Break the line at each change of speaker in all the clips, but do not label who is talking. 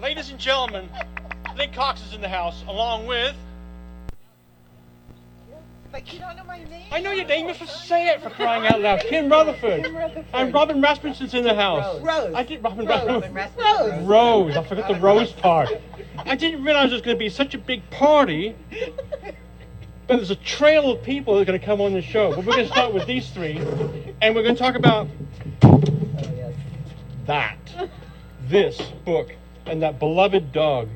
Ladies and gentlemen, Link Cox is in the house, along with.
But you don't know my name.
I know your name, if I say it for crying out loud. Kim Rutherford.
Kim Rutherford.
And Robin Rasmussen's in the house.
Rose.
I did Robin
Rose.
Rasmussen.
Rose.
Rose. I forgot the Rose part. I didn't realize it was going to be such a big party. But there's a trail of people that are going to come on the show. But we're going to start with these three, and we're going to talk about that, this book, and that beloved dog.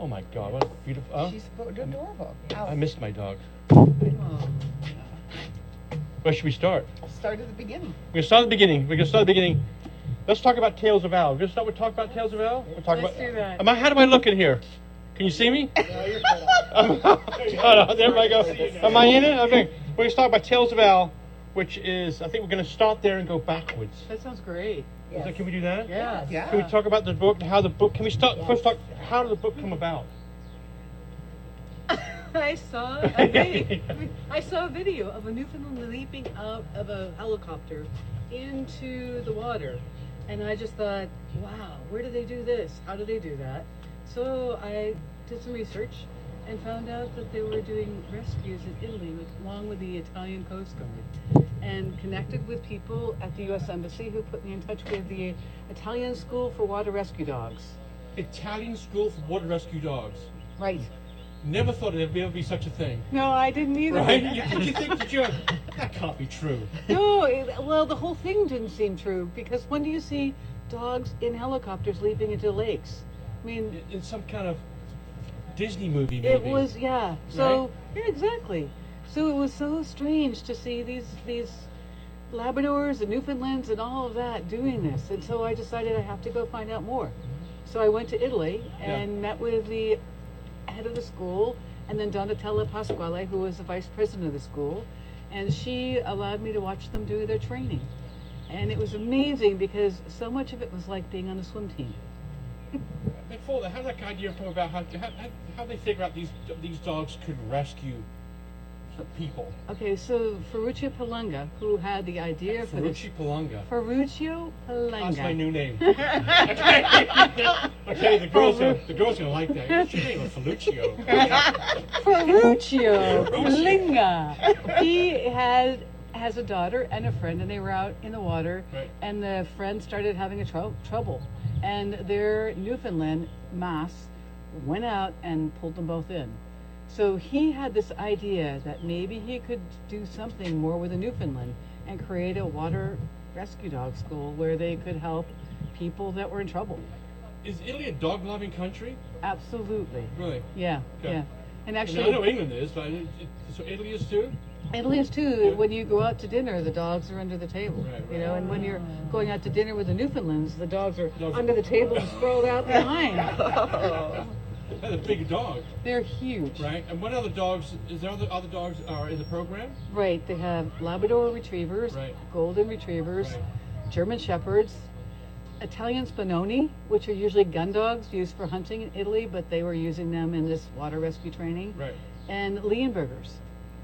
Oh my God! What a beautiful. Oh,
She's adorable.
I
I'll
missed my dog.
Oh.
Where should we start?
start at the beginning.
We're gonna start at the beginning. We're gonna start at the beginning. Let's talk about Tales of Al. We're gonna start with talk about Tales of Al. We'll talk
Let's
about.
do that.
Am I, how do I look in here? Can you see me? I'm out. there I go. Am I in it? I think we're gonna start by Tales of Al, which is I think we're gonna start there and go backwards.
That sounds great.
Is that- can we do that?
Yeah.
Yeah.
Can we talk about the book and how the book? Can we start first? Talk how did the book come about?
I saw a video, I saw a video of a Newfoundland leaping out of a helicopter into the water. And I just thought, wow, where do they do this? How do they do that? So I did some research and found out that they were doing rescues in Italy with, along with the Italian Coast Guard and connected with people at the US Embassy who put me in touch with the Italian School for Water Rescue Dogs.
Italian School for Water Rescue Dogs.
Right.
Never thought there'd ever be such a thing.
No, I didn't either.
think that you're? That can't be true.
No, it, well, the whole thing didn't seem true because when do you see dogs in helicopters leaping into lakes? I mean,
in some kind of Disney movie. Maybe.
it was yeah. So yeah, exactly. So it was so strange to see these these Labradors and Newfoundlands and all of that doing this, and so I decided I have to go find out more. So I went to Italy and met with the head of the school, and then Donatella Pasquale, who was the vice president of the school, and she allowed me to watch them do their training. And it was amazing because so much of it was like being on a swim team.
Before that, how did that idea come about? How, how, how, how they figure out these these dogs could rescue people?
Okay, so Ferruccio Palunga, who had the idea for this
Ferrucci Palanga.
Ferruccio
That's my
Palunga.
new name. okay, Okay, the girls are, the girls are gonna like that. What's your name? Ferruccio.
Ferruccio
Ferruccio.
Palunga. He had has a daughter and a friend, and they were out in the water,
Right.
and the friend started having a trou trouble, and their Newfoundland Mass went out and pulled them both in. So he had this idea that maybe he could do something more with a Newfoundland and create a water rescue dog school where they could help people that were in trouble.
Is Italy a dog loving country?
Absolutely.
Really?
Yeah,
Okay.
yeah. And
I, mean, I know
actually,
England is, but I didn't- it, so Italy is too.
Italy is too. When you go out to dinner, the dogs are under the table.
Right, right.
You know, and when you're going out to dinner with the Newfoundlands, the dogs are
Dogs-
under the table and sprawled out behind.
That's a big dog,
They're huge.
right? And what other dogs? Is there other other dogs are in the program?
Right, They have Labrador retrievers,
Right.
golden retrievers,
Right.
German shepherds, Italian spinoni, which are usually gun dogs used for hunting in Italy, but they were using them in this water rescue training.
Right.
And Leonbergers.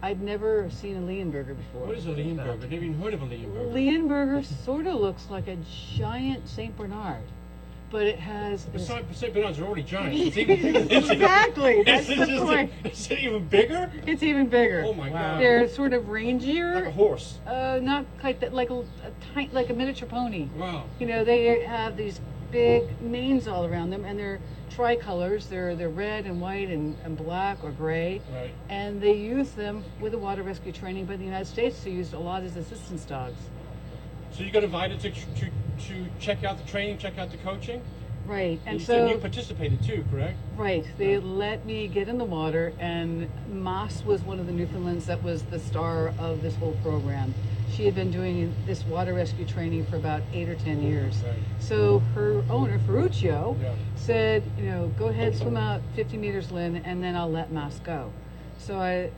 I'd never seen a Leonberger before.
What is a Leonberger? I've never even heard of a Leonberger.
Leonberger sort of looks like a giant Saint Bernard, but it has
But
this-
Saint, Saint Bernard's are already giant. It's even, it's even-
exactly. That's
It's, it's
the
just-
point.
is it even bigger?
It's even bigger.
Oh my God.
They're sort of
Like a
rangier,
horse.
uh, not quite that, like a, a tiny, like a miniature pony.
Wow.
You know, they have these big manes all around them, and they're tricolors. They're they're red and white and, and black or gray.
Right.
and they use them with the water rescue training. But in the United States, they used a lot as assistance dogs.
So you got invited to, to to check out the training, check out the coaching,
Right, and
you,
so
you participated too, correct?
right, they let me get in the water, and Moss was one of the Newfoundlands that was the star of this whole program. She had been doing this water rescue training for about eight or ten years.
Right.
So her owner Ferruccio
Yeah.
said, you know, go ahead, swim out 50 meters, Lynn, and then I'll let Moss go. So I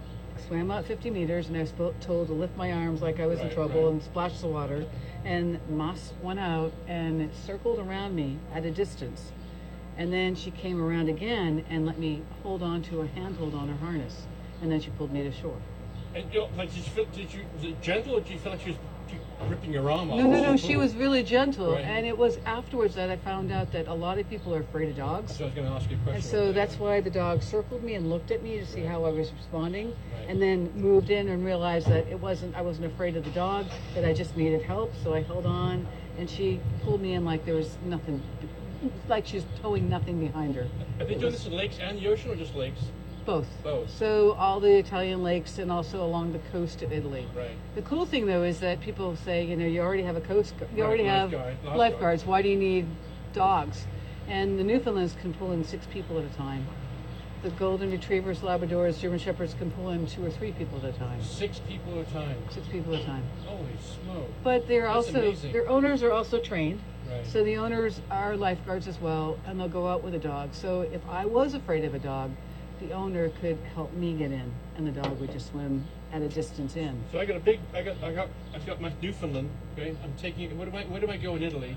swam out 50 meters, and I was spo- told to lift my arms like I was in
Right,
trouble
right.
and splash the water. And Moss went out and it circled around me at a distance. And then she came around again and let me hold on to a handhold on her harness. And then she pulled me to shore.
And you know, like, did you feel? Did you was it gentle, or did you feel like she was? Did you ripping your arm off.
No, no, no. She was really gentle,
Right.
and it was afterwards that I found out that a lot of people are afraid of dogs.
So I was going to ask you a question.
And so
about that.
that's why the dog circled me and looked at me to see how I was responding,
Right.
and then moved in and realized that it wasn't I wasn't afraid of the dog, that I just needed help. So I held on, and she pulled me in like there was nothing, like she was towing nothing behind her.
Are they doing this in lakes and the ocean or just lakes?
Both.
Both.
So all the Italian lakes and also along the coast of Italy.
Right.
The cool thing though is that people say, you know, you already have a coast, gu- you
Right,
already have
lifeguard, lifeguard.
lifeguards. Why do you need dogs? And the Newfoundlands can pull in six people at a time. The Golden Retrievers, Labradors, German Shepherds can pull in two or three people at a time.
Six people at a time.
Six people at a time.
Holy smoke.
But they're
That's
also
amazing.
their owners are also trained.
Right.
So the owners are lifeguards as well, and they'll go out with a dog. So if I was afraid of a dog, the owner could help me get in, and the dog would just swim at a distance in.
So I got a big, I got, I got, I've got my Newfoundland. Okay, I'm taking. Where do I, where do I go in Italy?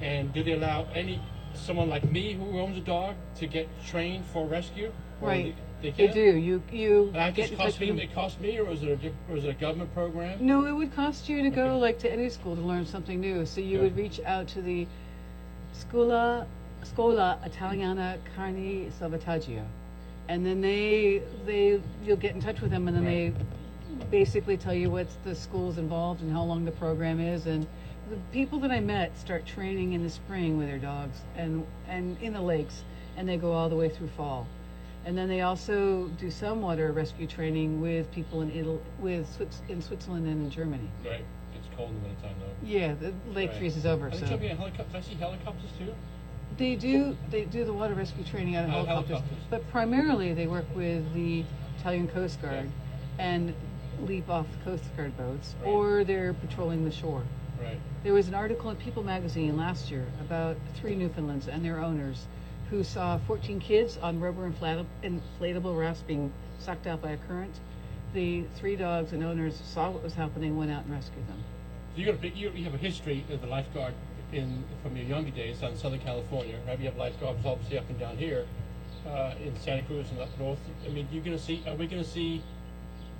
And do they allow any someone like me who owns a dog to get trained for rescue? Or
Right.
They, they
They
can.
do. You you
And I
get
just
in touch
cost me.
with them.
It cost me, or is it a, diff- or is it a government program?
No, it would cost you to go
Okay.
like to any school to learn something new. So you
Yeah.
would reach out to the Scuola Scuola Italiana Carni Salvataggio, and then they they you'll get in touch with them, and then
Right.
they basically tell you what the school's involved and how long the program is and. The people that I met start training in the spring with their dogs and, and in the lakes, and they go all the way through fall. And then they also do some water rescue training with people in Italy, with Swiss, in Switzerland and in Germany.
Right. It's cold in the wintertime though.
Yeah, the lake
Right.
freezes over.
Are they
So
jumping in helicopters? I see helicopters too.
they do they do the water rescue training out of
Out of
helicopters,
helicopters.
but primarily they work with the Italian Coast Guard and leap off Coast Guard boats,
Right.
or they're patrolling the shore.
Right.
There was an article in People magazine last year about three Newfoundlands and their owners who saw 14 kids on rubber inflat- inflatable rafts being sucked out by a current. The three dogs and owners saw what was happening, went out and rescued them.
So you got a big, you, you have a history as a lifeguard in from your younger days down in Southern California, right? You have lifeguards obviously up and down here, uh, in Santa Cruz and up north. I mean, you're gonna see, are we gonna see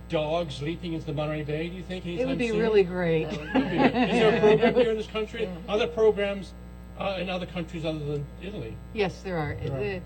dogs leaping into the Monterey Bay? Do you think anytime
It would be
soon?
really great.
Is there a program here in this country? Are there programs uh, in other countries other than Italy?
Yes, there are.
There are.
The,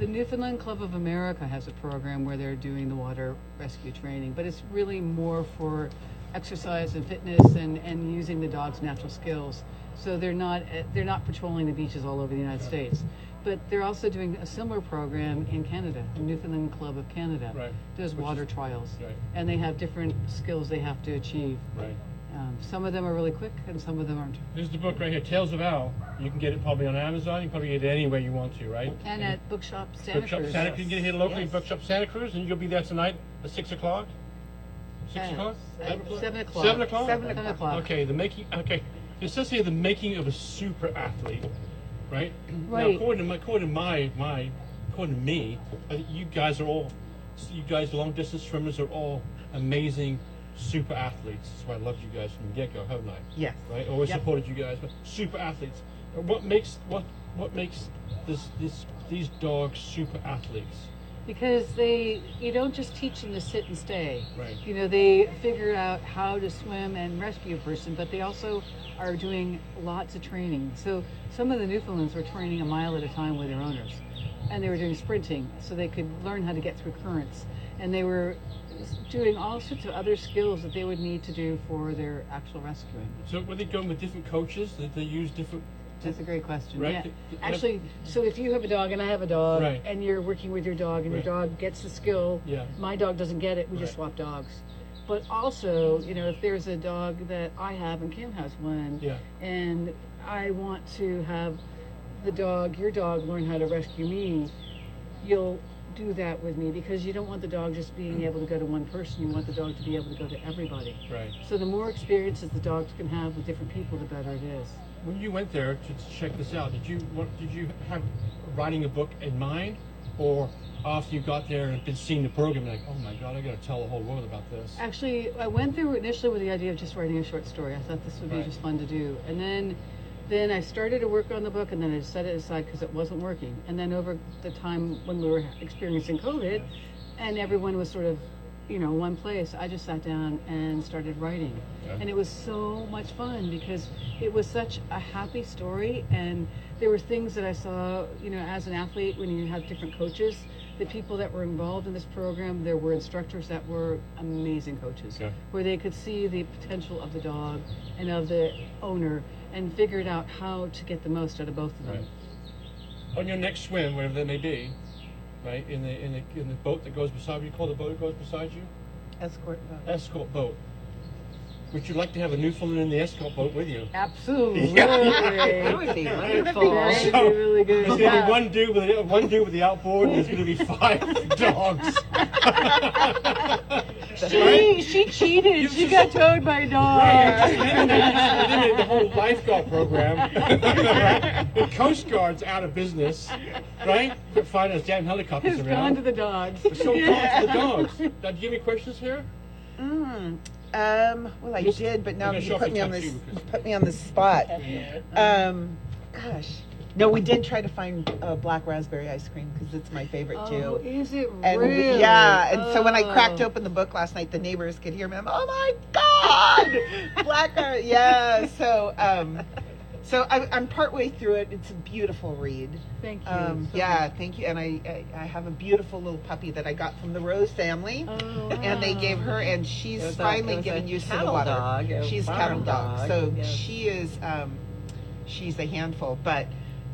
the Newfoundland Club of America has a program where they're doing the water rescue training, but it's really more for exercise and fitness and, and using the dog's natural skills. So they're not eh, they're not patrolling the beaches all over the United States, but they're also doing a similar program in Canada. The Newfoundland Club of Canada
Right. Which
does
is-
water trials,
Right.
and they have different skills they have to achieve.
Right.
Um, some of them are really quick, and some of them aren't.
This is the book right here, Tales of Owl. You can get it probably on Amazon. You can probably get it anywhere you want to, right?
And at Bookshop Santa
Bookshop
Cruz.
Santa Cruz. You can get here locally,
Yes.
Bookshop Santa Cruz, and you'll be there tonight at 6 o'clock? 6
Uh,
o'clock?
seven o'clock.
7 o'clock?
Seven
Seven
o'clock.
o'clock.
Okay, the making, okay. It says here the making of a super athlete, right? Now,
Right.
according to my, according to my, my, according to me, I think you guys are all, you guys long distance swimmers are all amazing super athletes. That's why I loved you guys from the get go, haven't I?
Yes.
right? Always
Yep.
supported you guys, but super athletes. Uh, What makes what what makes this this these dogs super athletes?
Because they, you don't just teach them to sit and stay.
Right.
You know, they figure out how to swim and rescue a person, but they also are doing lots of training. So some of the Newfoundlands were training a mile at a time with their owners, and they were doing sprinting so they could learn how to get through currents, and they were s- doing all sorts of other skills that they would need to do for their actual rescuing.
So were they going with different coaches? Did they use different?
That's a great question.
Right.
Yeah.
Th- th-
Actually, so if you have a dog and I have a dog,
Right.
and you're working with your dog, and your dog gets the skill,
Yeah.
my dog doesn't get it. We just
Right.
swap dogs. But also, you know, if there's a dog that I have and Kim has one,
Yeah.
and I want to have the dog, your dog, learn how to rescue me, you'll do that with me because you don't want the dog just being able to go to one person. You want the dog to be able to go to everybody.
Right.
So the more experiences the dogs can have with different people, the better it is.
When you went there to to check this out, did you what did you have writing a book in mind, or after you got there and been seeing the program, like oh my god, I got to tell the whole world about this.
Actually, I went through initially with the idea of just writing a short story. I thought this would be
Right.
just fun to do, and then, then I started to work on the book, and then I set it aside because it wasn't working. And then over the time when we were experiencing COVID, and everyone was sort of you know, one place, I just sat down and started writing.
Yeah.
And it was so much fun because it was such a happy story. And there were things that I saw, you know, as an athlete, when you have different coaches, the people that were involved in this program, there were instructors that were amazing coaches,
Yeah.
where they could see the potential of the dog and of the owner and figured out how to get the most out of both of them.
Right. On your next swim, wherever that may be, right in the in the in the boat that goes beside you, call the boat that goes beside you,
Escort boat.
escort boat. Would you like to have a Newfoundland in the escort boat with you?
Absolutely.
That would be
That'd be great. That'd be really good.
There's gonna be one dude with the, one dude with the outboard, and there's gonna be five dogs.
She, she cheated. She got towed by a
the
dog.
whole lifeguard program. right? The Coast Guard's out of business, right? Quit flying those damn helicopters
It's gone
around.
to the dogs.
so yeah. the dogs. Now, do you have any questions here?
Mm. Um, well, I
Just-
did, but now
I'm gonna
you
show
put
off
me
the
on this,
tattoo, 'cause-
you put me on the spot. Um, gosh, no, we did try to find uh, black raspberry ice cream because it's my favorite
Oh,
too.
is it
And we-
really?
yeah, and so when I cracked
Oh.
open the book last night, the neighbors could hear me. I'm, oh my god, black raspberry. Yeah, so um, so I, I'm partway through it. It's a beautiful read.
Thank you.
Um,
so
yeah,
much.
thank you. And I, I I have a beautiful little puppy that I got from the Rose family
Oh,
and they gave her, and she's finally getting used to the water. she's cattle dog, so she is, um, she's a handful. But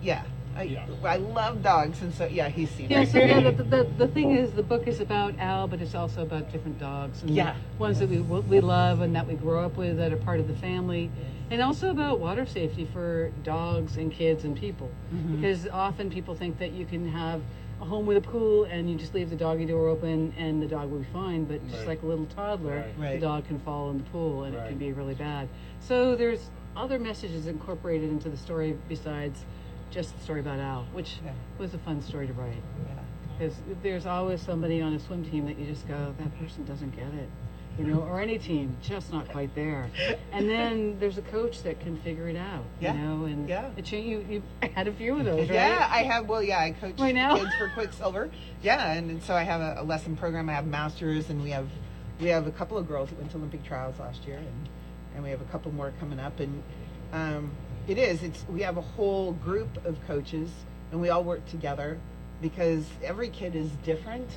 yeah, I,
Yeah.
I love dogs, and so yeah, he's seen
Yeah,
it.
so yeah, the, the, the thing is, the book is about Al, but it's also about different dogs. And the
Yeah.
Ones that we, we love and that we grow up with that are part of the family. And also about water safety for dogs and kids and people.
Mm-hmm.
Because often people think that you can have a home with a pool and you just leave the doggy door open and the dog will be fine. But just
Right.
like a little toddler,
Right.
Right.
the dog can fall in the pool and it can
Right.
be really bad. So there's other messages incorporated into the story besides just the story about Al, which
Yeah.
was a fun story to write.
Yeah.
Because there's always somebody on a swim team that you just go, that person doesn't get it, you know, or any team, just not quite there. And then there's a coach that can figure it out,
Yeah.
you know, and
Yeah.
it cha- you, you had a few of those, right?
Yeah, I have. Well, yeah, I coach
Right now?
kids for Quicksilver. Yeah, and, and so I have a, a lesson program. I have masters, and we have we have a couple of girls that went to Olympic trials last year, and and we have a couple more coming up. And um, it is it's we have a whole group of coaches, and we all work together because every kid is different,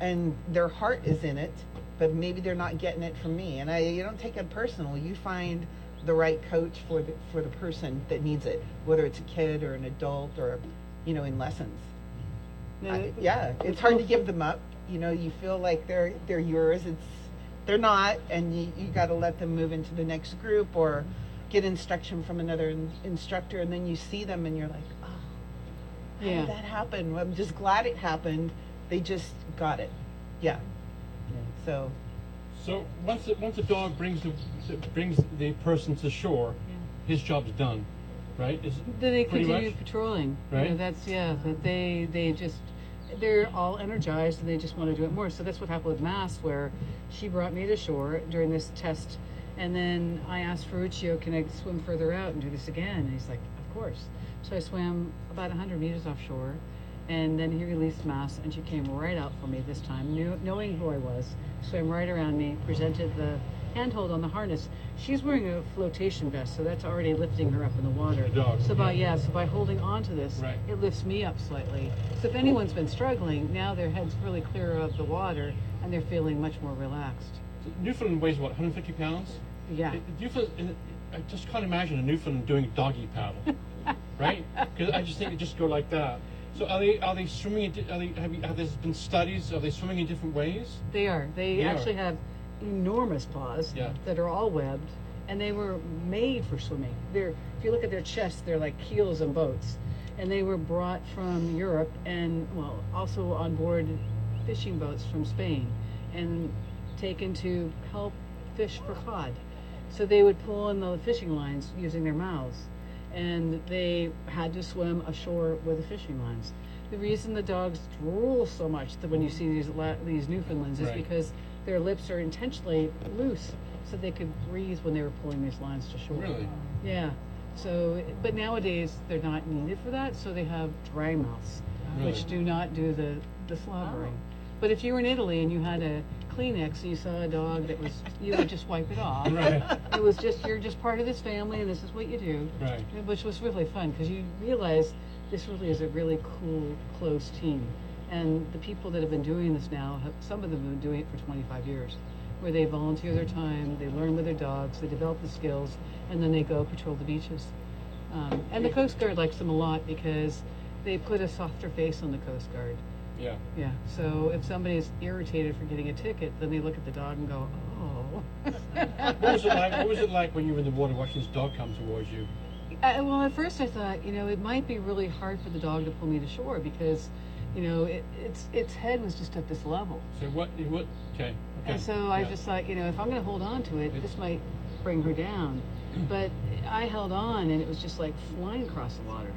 and their heart is in it, but maybe they're not getting it from me. And I you don't take it personal. You find the right coach for the for the person that needs it, whether it's a kid or an adult or you know in lessons.
No,
I- yeah, it's hard to give them up. You know, you feel like they're they're yours. It's they're not, and you you got to let them move into the next group or get instruction from another in, instructor, and then you see them and you're like, oh, how
Yeah.
did that happen? Well, I'm just glad it happened. They just got it. Yeah. So
So once it, once a dog brings the brings the person to shore, his job's done, right? Is
Then they
pretty
continue
much?
patrolling. You
Right.
know, that's, yeah, that they, they just, they're all energized and they just want to do it more. So that's what happened with Mass, where she brought me to shore during this test. And then I asked Ferruccio, can I swim further out and do this again? And he's like, of course. So I swam about 100 meters offshore. And then he released Mass, and she came right out for me this time, knew, knowing who I was, swam right around me, presented the handhold on the harness. She's wearing a flotation vest, so that's already lifting her up in the water.
The dog,
So by
yeah.
yeah, so by holding on to this,
Right.
it lifts me up slightly. So if anyone's been struggling, now their head's really clear of the water, and they're feeling much more relaxed.
Newfoundland weighs what 150 pounds?
Yeah.
It- it- Newfoundland, I just can't imagine a Newfoundland doing a doggy paddle, right? Because I just think they just go like that. So are they are they swimming? In, di- are they have, you, have there been studies? Are they swimming in different ways?
They are. They
They are.
actually have enormous paws
Yeah.
that are all webbed, and they were made for swimming. They're, if you look at their chests, they're like keels and boats, and they were brought from Europe and well, also on board fishing boats from Spain, and taken to help fish for cod. So they would pull in the fishing lines using their mouths, and they had to swim ashore with the fishing lines. The reason the dogs drool so much that when you see these la- these Newfoundlands is
Right.
because their lips are intentionally loose so they could breathe when they were pulling these lines to shore.
Really?
Yeah. So, but nowadays they're not needed for that, so they have dry mouths, uh,
Really?
which do not do the the slobbering. But if you were in Italy and you had a Kleenex and you saw a dog that was, you would just wipe it off.
Right.
It was just, you're just part of this family and this is what you do.
Right.
Which was really fun because you realize this really is a really cool, close team. And the people that have been doing this now, have, some of them have been doing it for 25 years, where they volunteer their time, they learn with their dogs, they develop the skills, and then they go patrol the beaches. Um, and the Coast Guard likes them a lot because they put a softer face on the Coast Guard.
Yeah.
Yeah. So if somebody's irritated for getting a ticket, then they look at the dog and go, oh.
What was it like? What was it like when you were in the water watching this dog come towards you?
I, well, at first I thought, you know, it might be really hard for the dog to pull me to shore because, you know, it, its its head was just at this level,
So what? What? Okay. Okay.
and so I
Yeah.
just thought, you know, if I'm going to hold on to it, this might bring her down. But I held on, and it was just like flying across the water,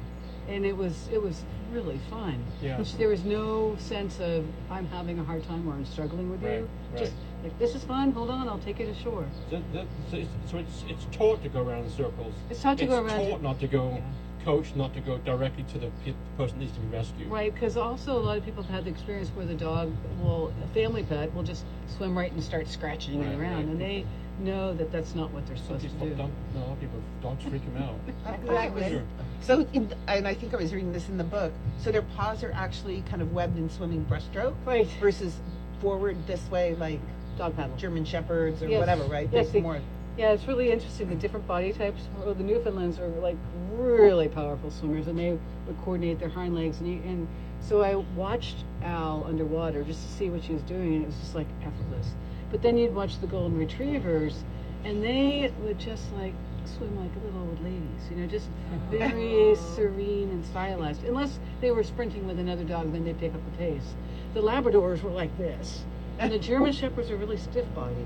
and it was it was really fun.
Yeah.
Which there was no sense of I'm having a hard time or I'm struggling with
Right,
you. Just like this is fun. Hold on, I'll take you to shore.
So, that, so, it's, so it's it's taught to go around in circles.
It's hard to go around.
taught not to go.
Yeah.
Coach not to go directly to the pe- person that needs to be rescued.
Right, because also a lot of people have had the experience where the dog will, a family pet will just swim right and start scratching
Right,
it around,
right.
and they know that that's not what they're
Some
supposed to
people
do.
don't. No, people dogs freak them out.
Exactly.
Sure.
So, in th- and I think I was reading this in the book. So their paws are actually kind of webbed and swimming breaststroke
Right,
versus forward this way, like
dog paddle.
German shepherds or
Yes.
whatever, right?
Yes,
There's
they-
more.
Yeah, it's really interesting. The different body types. Well, the Newfoundlands are like really powerful swimmers, and they would coordinate their hind legs. And, you, and so I watched Al underwater just to see what she was doing, and it was just like effortless. But then you'd watch the Golden Retrievers, and they would just like swim like little old ladies, you know, just very serene and stylized. Unless they were sprinting with another dog, then they'd pick up the pace. The Labradors were like this, and the German Shepherds are really stiff-bodied.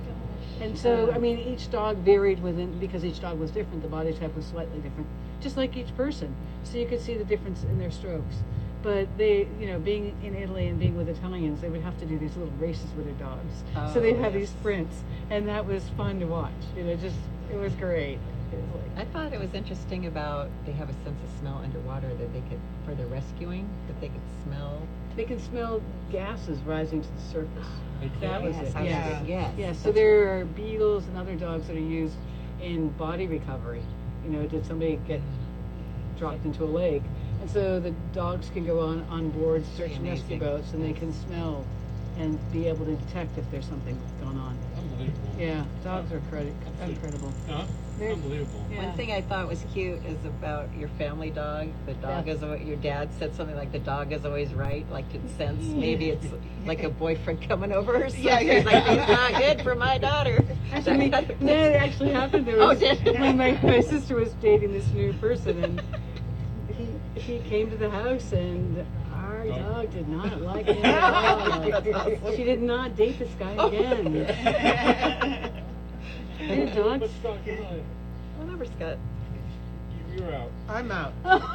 And so, I mean, each dog varied within, because each dog was different, the body type was slightly different, just like each person. So you could see the difference in their strokes. But they, you know, being in Italy and being with Italians, they would have to do these little races with their dogs. so they'd
Oh,
have these
yes.
sprints, and that was fun to watch. You know, just, it was great. It was like,
I thought it was interesting about they have a sense of smell underwater that they could, for the rescuing, that they could smell.
they can smell gases rising to the surface.
They
That was
Yes,
it.
I was-
Yeah.
Yes.
Yeah, so there are beagles and other dogs that are used in body recovery. You know, did somebody get dropped into a lake? And so the dogs can go on, on board search and rescue
Amazing.
boats and they can smell and be able to detect if there's something going on.
unbelievable.
Yeah, dogs are credi- incredible.
Huh?
They're-
unbelievable.
yeah.
One thing I thought was cute is about your family dog. The dog
Yeah.
is always, your dad said something like the dog is always right, like to sense maybe it's like a boyfriend coming over or something.
Yeah, yeah.
He's like, he's not good for my daughter.
Actually,
That kind of-
no, it actually happened. There
Oh,
was,
did it?
when my, my sister was dating this new person, and he he came to the house, and our
Dog.
dog did not like him at all.
That's awesome.
She did not date this guy again. Hey, dog.
But Scott, you're, not-
Whatever, Scott.
you- you're out.
I'm out.
oh,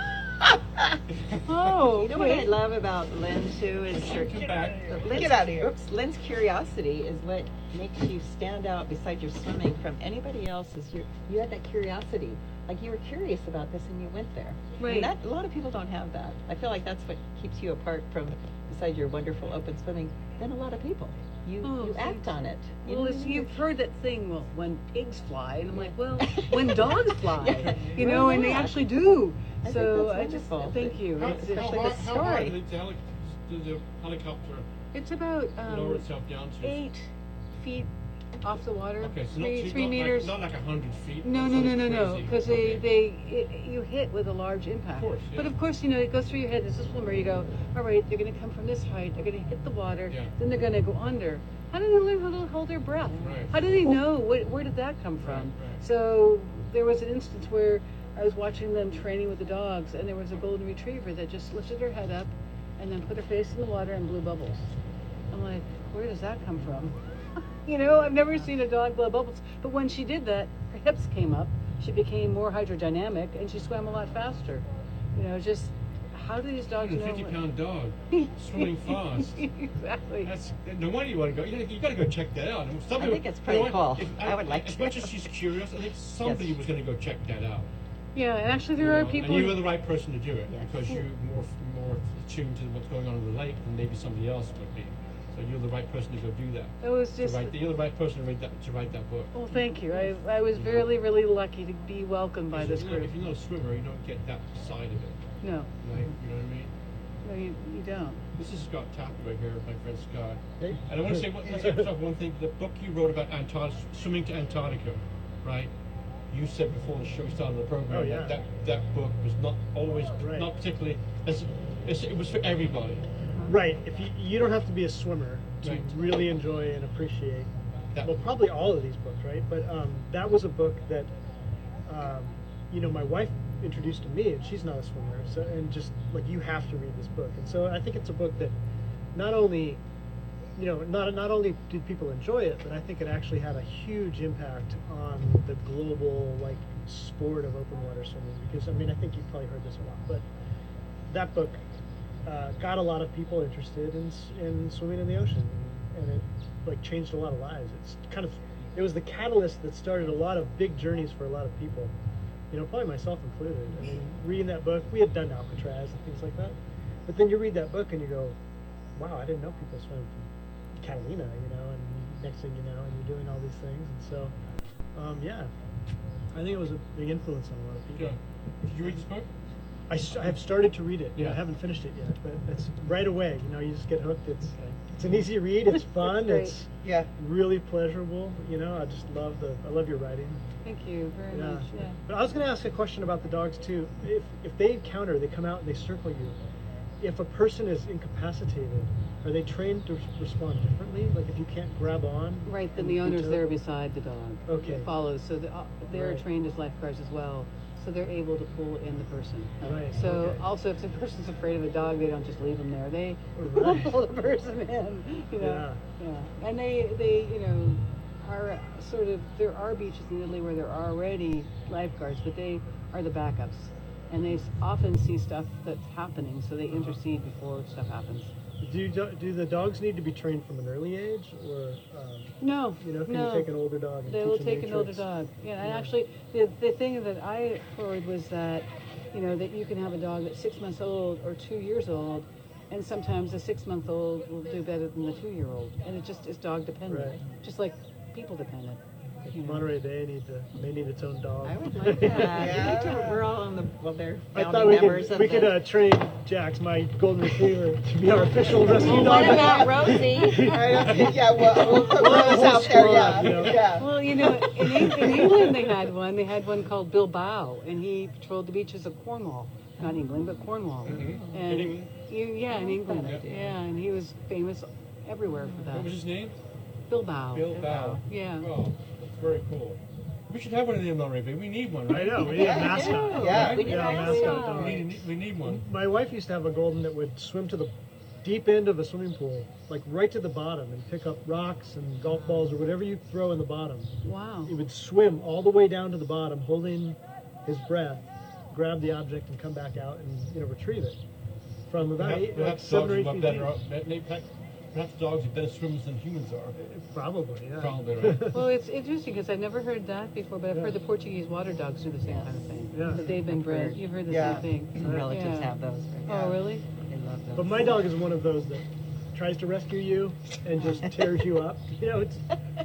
You know what I
okay.
love about Lynn too is her.
Come back.
Lynn's,
Get outta here.
Oops, Lynn's curiosity is what makes you stand out besides your swimming from anybody else. Is you you had that curiosity, like you were curious about this and you went there. And
Right.
that, a lot of people don't have that. I feel like that's what keeps you apart from besides your wonderful open swimming. Then a lot of people, you
Oh,
you act
thanks.
on it. You
Well,
know
it's,
what I mean?
you've heard that thing, well, when pigs fly, and I'm like, well, when dogs fly, you
Why
know, and they
not?
actually do.
I think
So
that's
I just
wonderful.
thank you.
How,
It's,
how,
it's,
hard,
a
how hard
story.
did the, helic- did the helicopter
it's about
lower
um,
itself down to?
eight feet off the water,
Okay, so
three
not, so
three
not
meters.
Like, not like a hundred feet.
no,
That's
no, no,
like
no, no,
crazy.
because
Okay.
they they it, you hit with a large impact.
course,
But
yeah.
of course, you know it goes through your head as a swimmer. You go, all right, they're going to come from this height. They're going to hit the water.
Yeah.
Then they're going to go under. How do they learn how to hold their breath?
Right.
How do they know what, where did that come from?
Right, right.
So there was an instance where I was watching them training with the dogs, and there was a golden retriever that just lifted her head up and then put her face in the water and blew bubbles. I'm like, where does that come from? you know, I've never seen a dog blow bubbles. But when she did that, her hips came up, she became more hydrodynamic, and she swam a lot faster. You know, just how do these dogs
Even a
know?
50
what-
pound dog swimming fast.
exactly.
That's no wonder you want to go. You, gotta- you got to go check that out. And somebody-
think it's
you know
pretty
what?
cool.
If-
I would like
As
to.
much as she's curious, I think somebody
Yes.
was going to go check that out.
Yeah, and actually,
you
there are
know,
people.
And you were the right person to do it
Yes.
because you're more more attuned to what's going on in the lake than maybe somebody else would be. So so you're the right person to go do that.
It was
To
just.
write, you're the right person to write that, to write that book.
Well, thank you. I, I was really, really lucky to be welcomed by
Because
this
if you're-
group.
If you're not a swimmer, you don't get that side of it,
No,
right? You know what I mean?
no, you, you don't.
This is Scott Tapper right here, my friend Scott. And I want to say, one- let's say first off one thing, the book you wrote about Antar- swimming to Antarctica, right? You said before the show started the program
Oh, yeah.
that, that that book was not always,
Right.
not particularly, it's, it's, it was for everybody.
Right. If you, you don't have to be a swimmer to
Right.
really enjoy and appreciate.
That
Well, probably all of these books, right? But um, that was a book that, um, you know, my wife introduced to me, and she's not a swimmer, so and just like you have to read this book, and so I think it's a book that not only, you know, not not only did people enjoy it, but I think it actually had a huge impact on the global like sport of open water swimming because I mean I think you've probably heard this a lot, but that book uh, got a lot of people interested in, s- in swimming in the ocean, and it like changed a lot of lives. It's kind of it was the catalyst that started a lot of big journeys for a lot of people, you know, probably myself included. I mean, reading that book, we had done Alcatraz and things like that, but then you read that book and you go, "Wow, I didn't know people swam from Catalina," you know, and next thing you know, and you're doing all these things, and so, um, yeah, I think it was a big influence on a lot of people.
Yeah. Did you read this book?
I, s- I have started to read it. Yeah.
Yeah.
I haven't finished it yet, but it's right away. You know, you just get hooked. It's it's an easy read. It's fun.
great.
it's
Yeah.
really pleasurable. You know, I just love the I love your writing.
Thank you very
Yeah.
much. Yeah.
But I was going to ask a question about the dogs too. If if they encounter, they come out and they circle you. If a person is incapacitated, are they trained to respond differently? Like if you can't grab on,
Right, then
and
the
you
owner's
don't-
there beside the dog.
Okay.
It follows. So the, uh, they're
Right.
trained as lifeguards as well. So they're able to pull in the person.
Right,
So
okay.
also, if the person's afraid of a dog, they don't just leave them there. They
Oh, Right.
pull the person in. You know? yeah. And they, they, you know, are uh, sort of there are beaches in Italy where there are already lifeguards, but they are the backups, and they s- often see stuff that's happening, so they
Uh-huh.
intercede before stuff happens.
Do do do the dogs need to be trained from an early age, or um,
No,
you know, can
no.
you take an older dog? And
They
teach
will
them new
take an older
tricks?
dog. Yeah, and
Yeah.
actually, the, the thing that I heard was that, you know, that you can have a dog that's six months old or two years old, and sometimes the six month old will do better than the two year old. And it just is dog dependent,
Right.
just like people dependent. you know.
Monterey Bay need to may need its own dog.
I would like that.
Yeah.
You two- We're all on the, well, they're
I
founding
thought we
members
could
of
we
the.
could uh, train Jax, my golden retriever, to be our official rescue
What
dog.
about Rosie?
I don't think- yeah, we'll, we'll put
We'll have
those
a whole
out there.
squad,
Yeah.
you know.
yeah.
Well, you know, in, Eng- in England they had one. They had one called Bilbao, and he patrolled the beaches of Cornwall, not England, but Cornwall.
Mhm.
Mm-hmm. And uh,
In England?
You, yeah, in England.
Yep.
Yeah, and he was famous everywhere for
What was
that.
his name?
Bilbao.
Bill Bow.
Yeah.
Oh, that's very cool. We should have one in the Monterey Bay. We need one,
I
right?
know we need a
Yeah,
mascot.
Yeah.
We need
Yeah,
a
mascot
mascot.
dog.
We need, we need one.
My wife used to have a golden that would swim to the deep end of a swimming pool, like right to the bottom, and pick up rocks and golf balls or whatever you throw in the bottom.
Wow.
He would swim all the way down to the bottom, holding his breath, grab the object, and come back out and you know retrieve it from about
Perhaps
eight, like
perhaps
seven
dogs
or
are
eight
much
feet.
better,
deep.
maybe perhaps- perhaps dogs are better swimmers than humans are.
Probably, yeah.
Probably, right.
Well, it's interesting because I've never heard that before, but I've
Yeah.
heard the Portuguese water dogs do the same kind of thing.
Yeah.
But they've been bred. You've heard the
Yeah.
same thing.
Relatives
Yeah.
have those.
Oh, really?
They love those.
but my dog is one of those that tries to rescue you and just tears you up. You know, it's,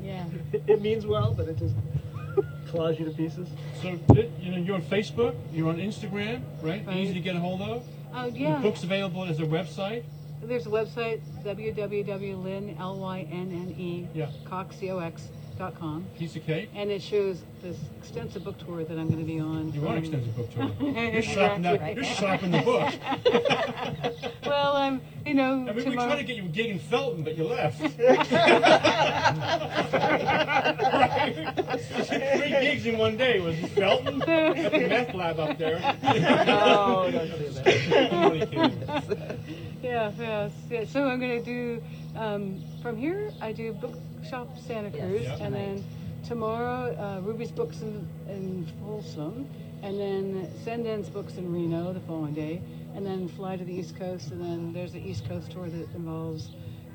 Yeah.
it means well, but it just claws you to pieces.
So th- you know you're on Facebook, you're on Instagram, right?
Right.
Easy to get a hold of.
Oh,
The
yeah.
book's available as a website.
There's a website, www.lynn, L-Y-N-N-E,
Yeah.
E, cox, C-O-X, dot com.
Piece of cake.
And it shows this extensive book tour that I'm going to be on.
You want
from-
an extensive book tour? You're shopping that.
Exactly.
You're shopping the book.
Well, I'm, you know,
I mean, we tried
tomorrow.
to get you a gig in Felton, but you left. Three gigs in one day was Felton, at the meth lab up there.
Oh, don't do that.
I'm only kidding.
Yeah, yes, yeah. So I'm gonna do um, from here. I do Bookshop Santa
Yes,
Cruz,
Yeah.
and
tonight.
then tomorrow uh, Ruby's Books in, in Folsom, and then Sundance Books in Reno the following day, and then fly to the East Coast, and then there's the East Coast tour that involves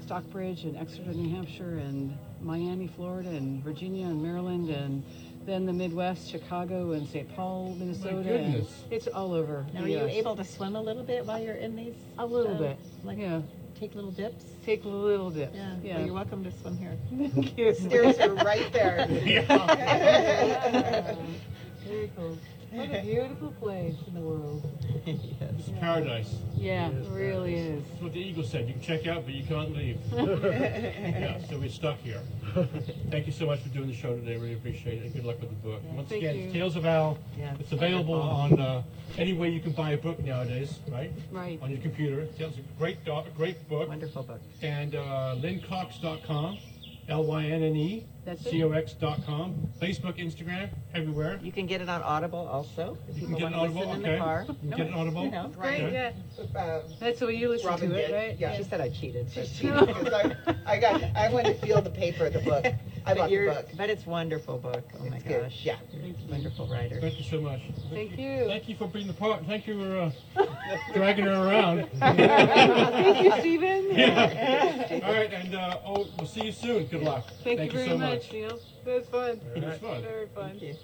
Stockbridge and Exeter, New Hampshire, and Miami, Florida, and Virginia and Maryland and then the Midwest, Chicago and St. Paul, Minnesota. and
goodness.
It's all over.
Now, are you
yes.
able to swim a little bit while you're in these?
A little
uh,
bit.
Like,
yeah.
take little dips?
Take a little dip.
Yeah. Well, you're welcome to swim here.
Thank you.
Stairs are right there.
Yeah. Very cool. What a beautiful place in the world.
This is paradise.
Yeah,
It is
it really is.
That's what the eagle said. You can check out, but you can't leave. yeah, so we're stuck here. Thank you so much for doing the show today. Really appreciate it. Good luck with the book. Once
Thank
again,
you.
it's Tales of Owl.
Yeah,
it's available on uh, any way you can buy a book nowadays, right?
Right.
On your computer. Tales of great, do- great book.
Wonderful book.
And uh, lyncox.com, L Y N N E
That's it.
C O X.com, Facebook, Instagram, everywhere.
You can get it on Audible also. If
You can
people
get an
wanna
Audible,
listen in
okay.
the car.
You can get an Audible.
You know,
Right.
Okay.
Yeah.
Uh,
That's the way you listen
Robin
to it,
did,
right?
yeah.
she said I cheated. but-
because I, I got, I went to feel the paper of the book. I
But
bought the
you're-
book.
But it's wonderful book. Oh my
It's good,
gosh.
yeah.
You're a Wonderful writer.
Thank you so much.
Thank you.
Thank you for being the part. Thank you for uh, dragging her around.
Thank you, Stephen.
Yeah. All right, and uh, oh, we'll see you soon. Good luck.
Thank, you very
so
much, Neil. That was fun.
It was fun.
Very fun.
Thank you.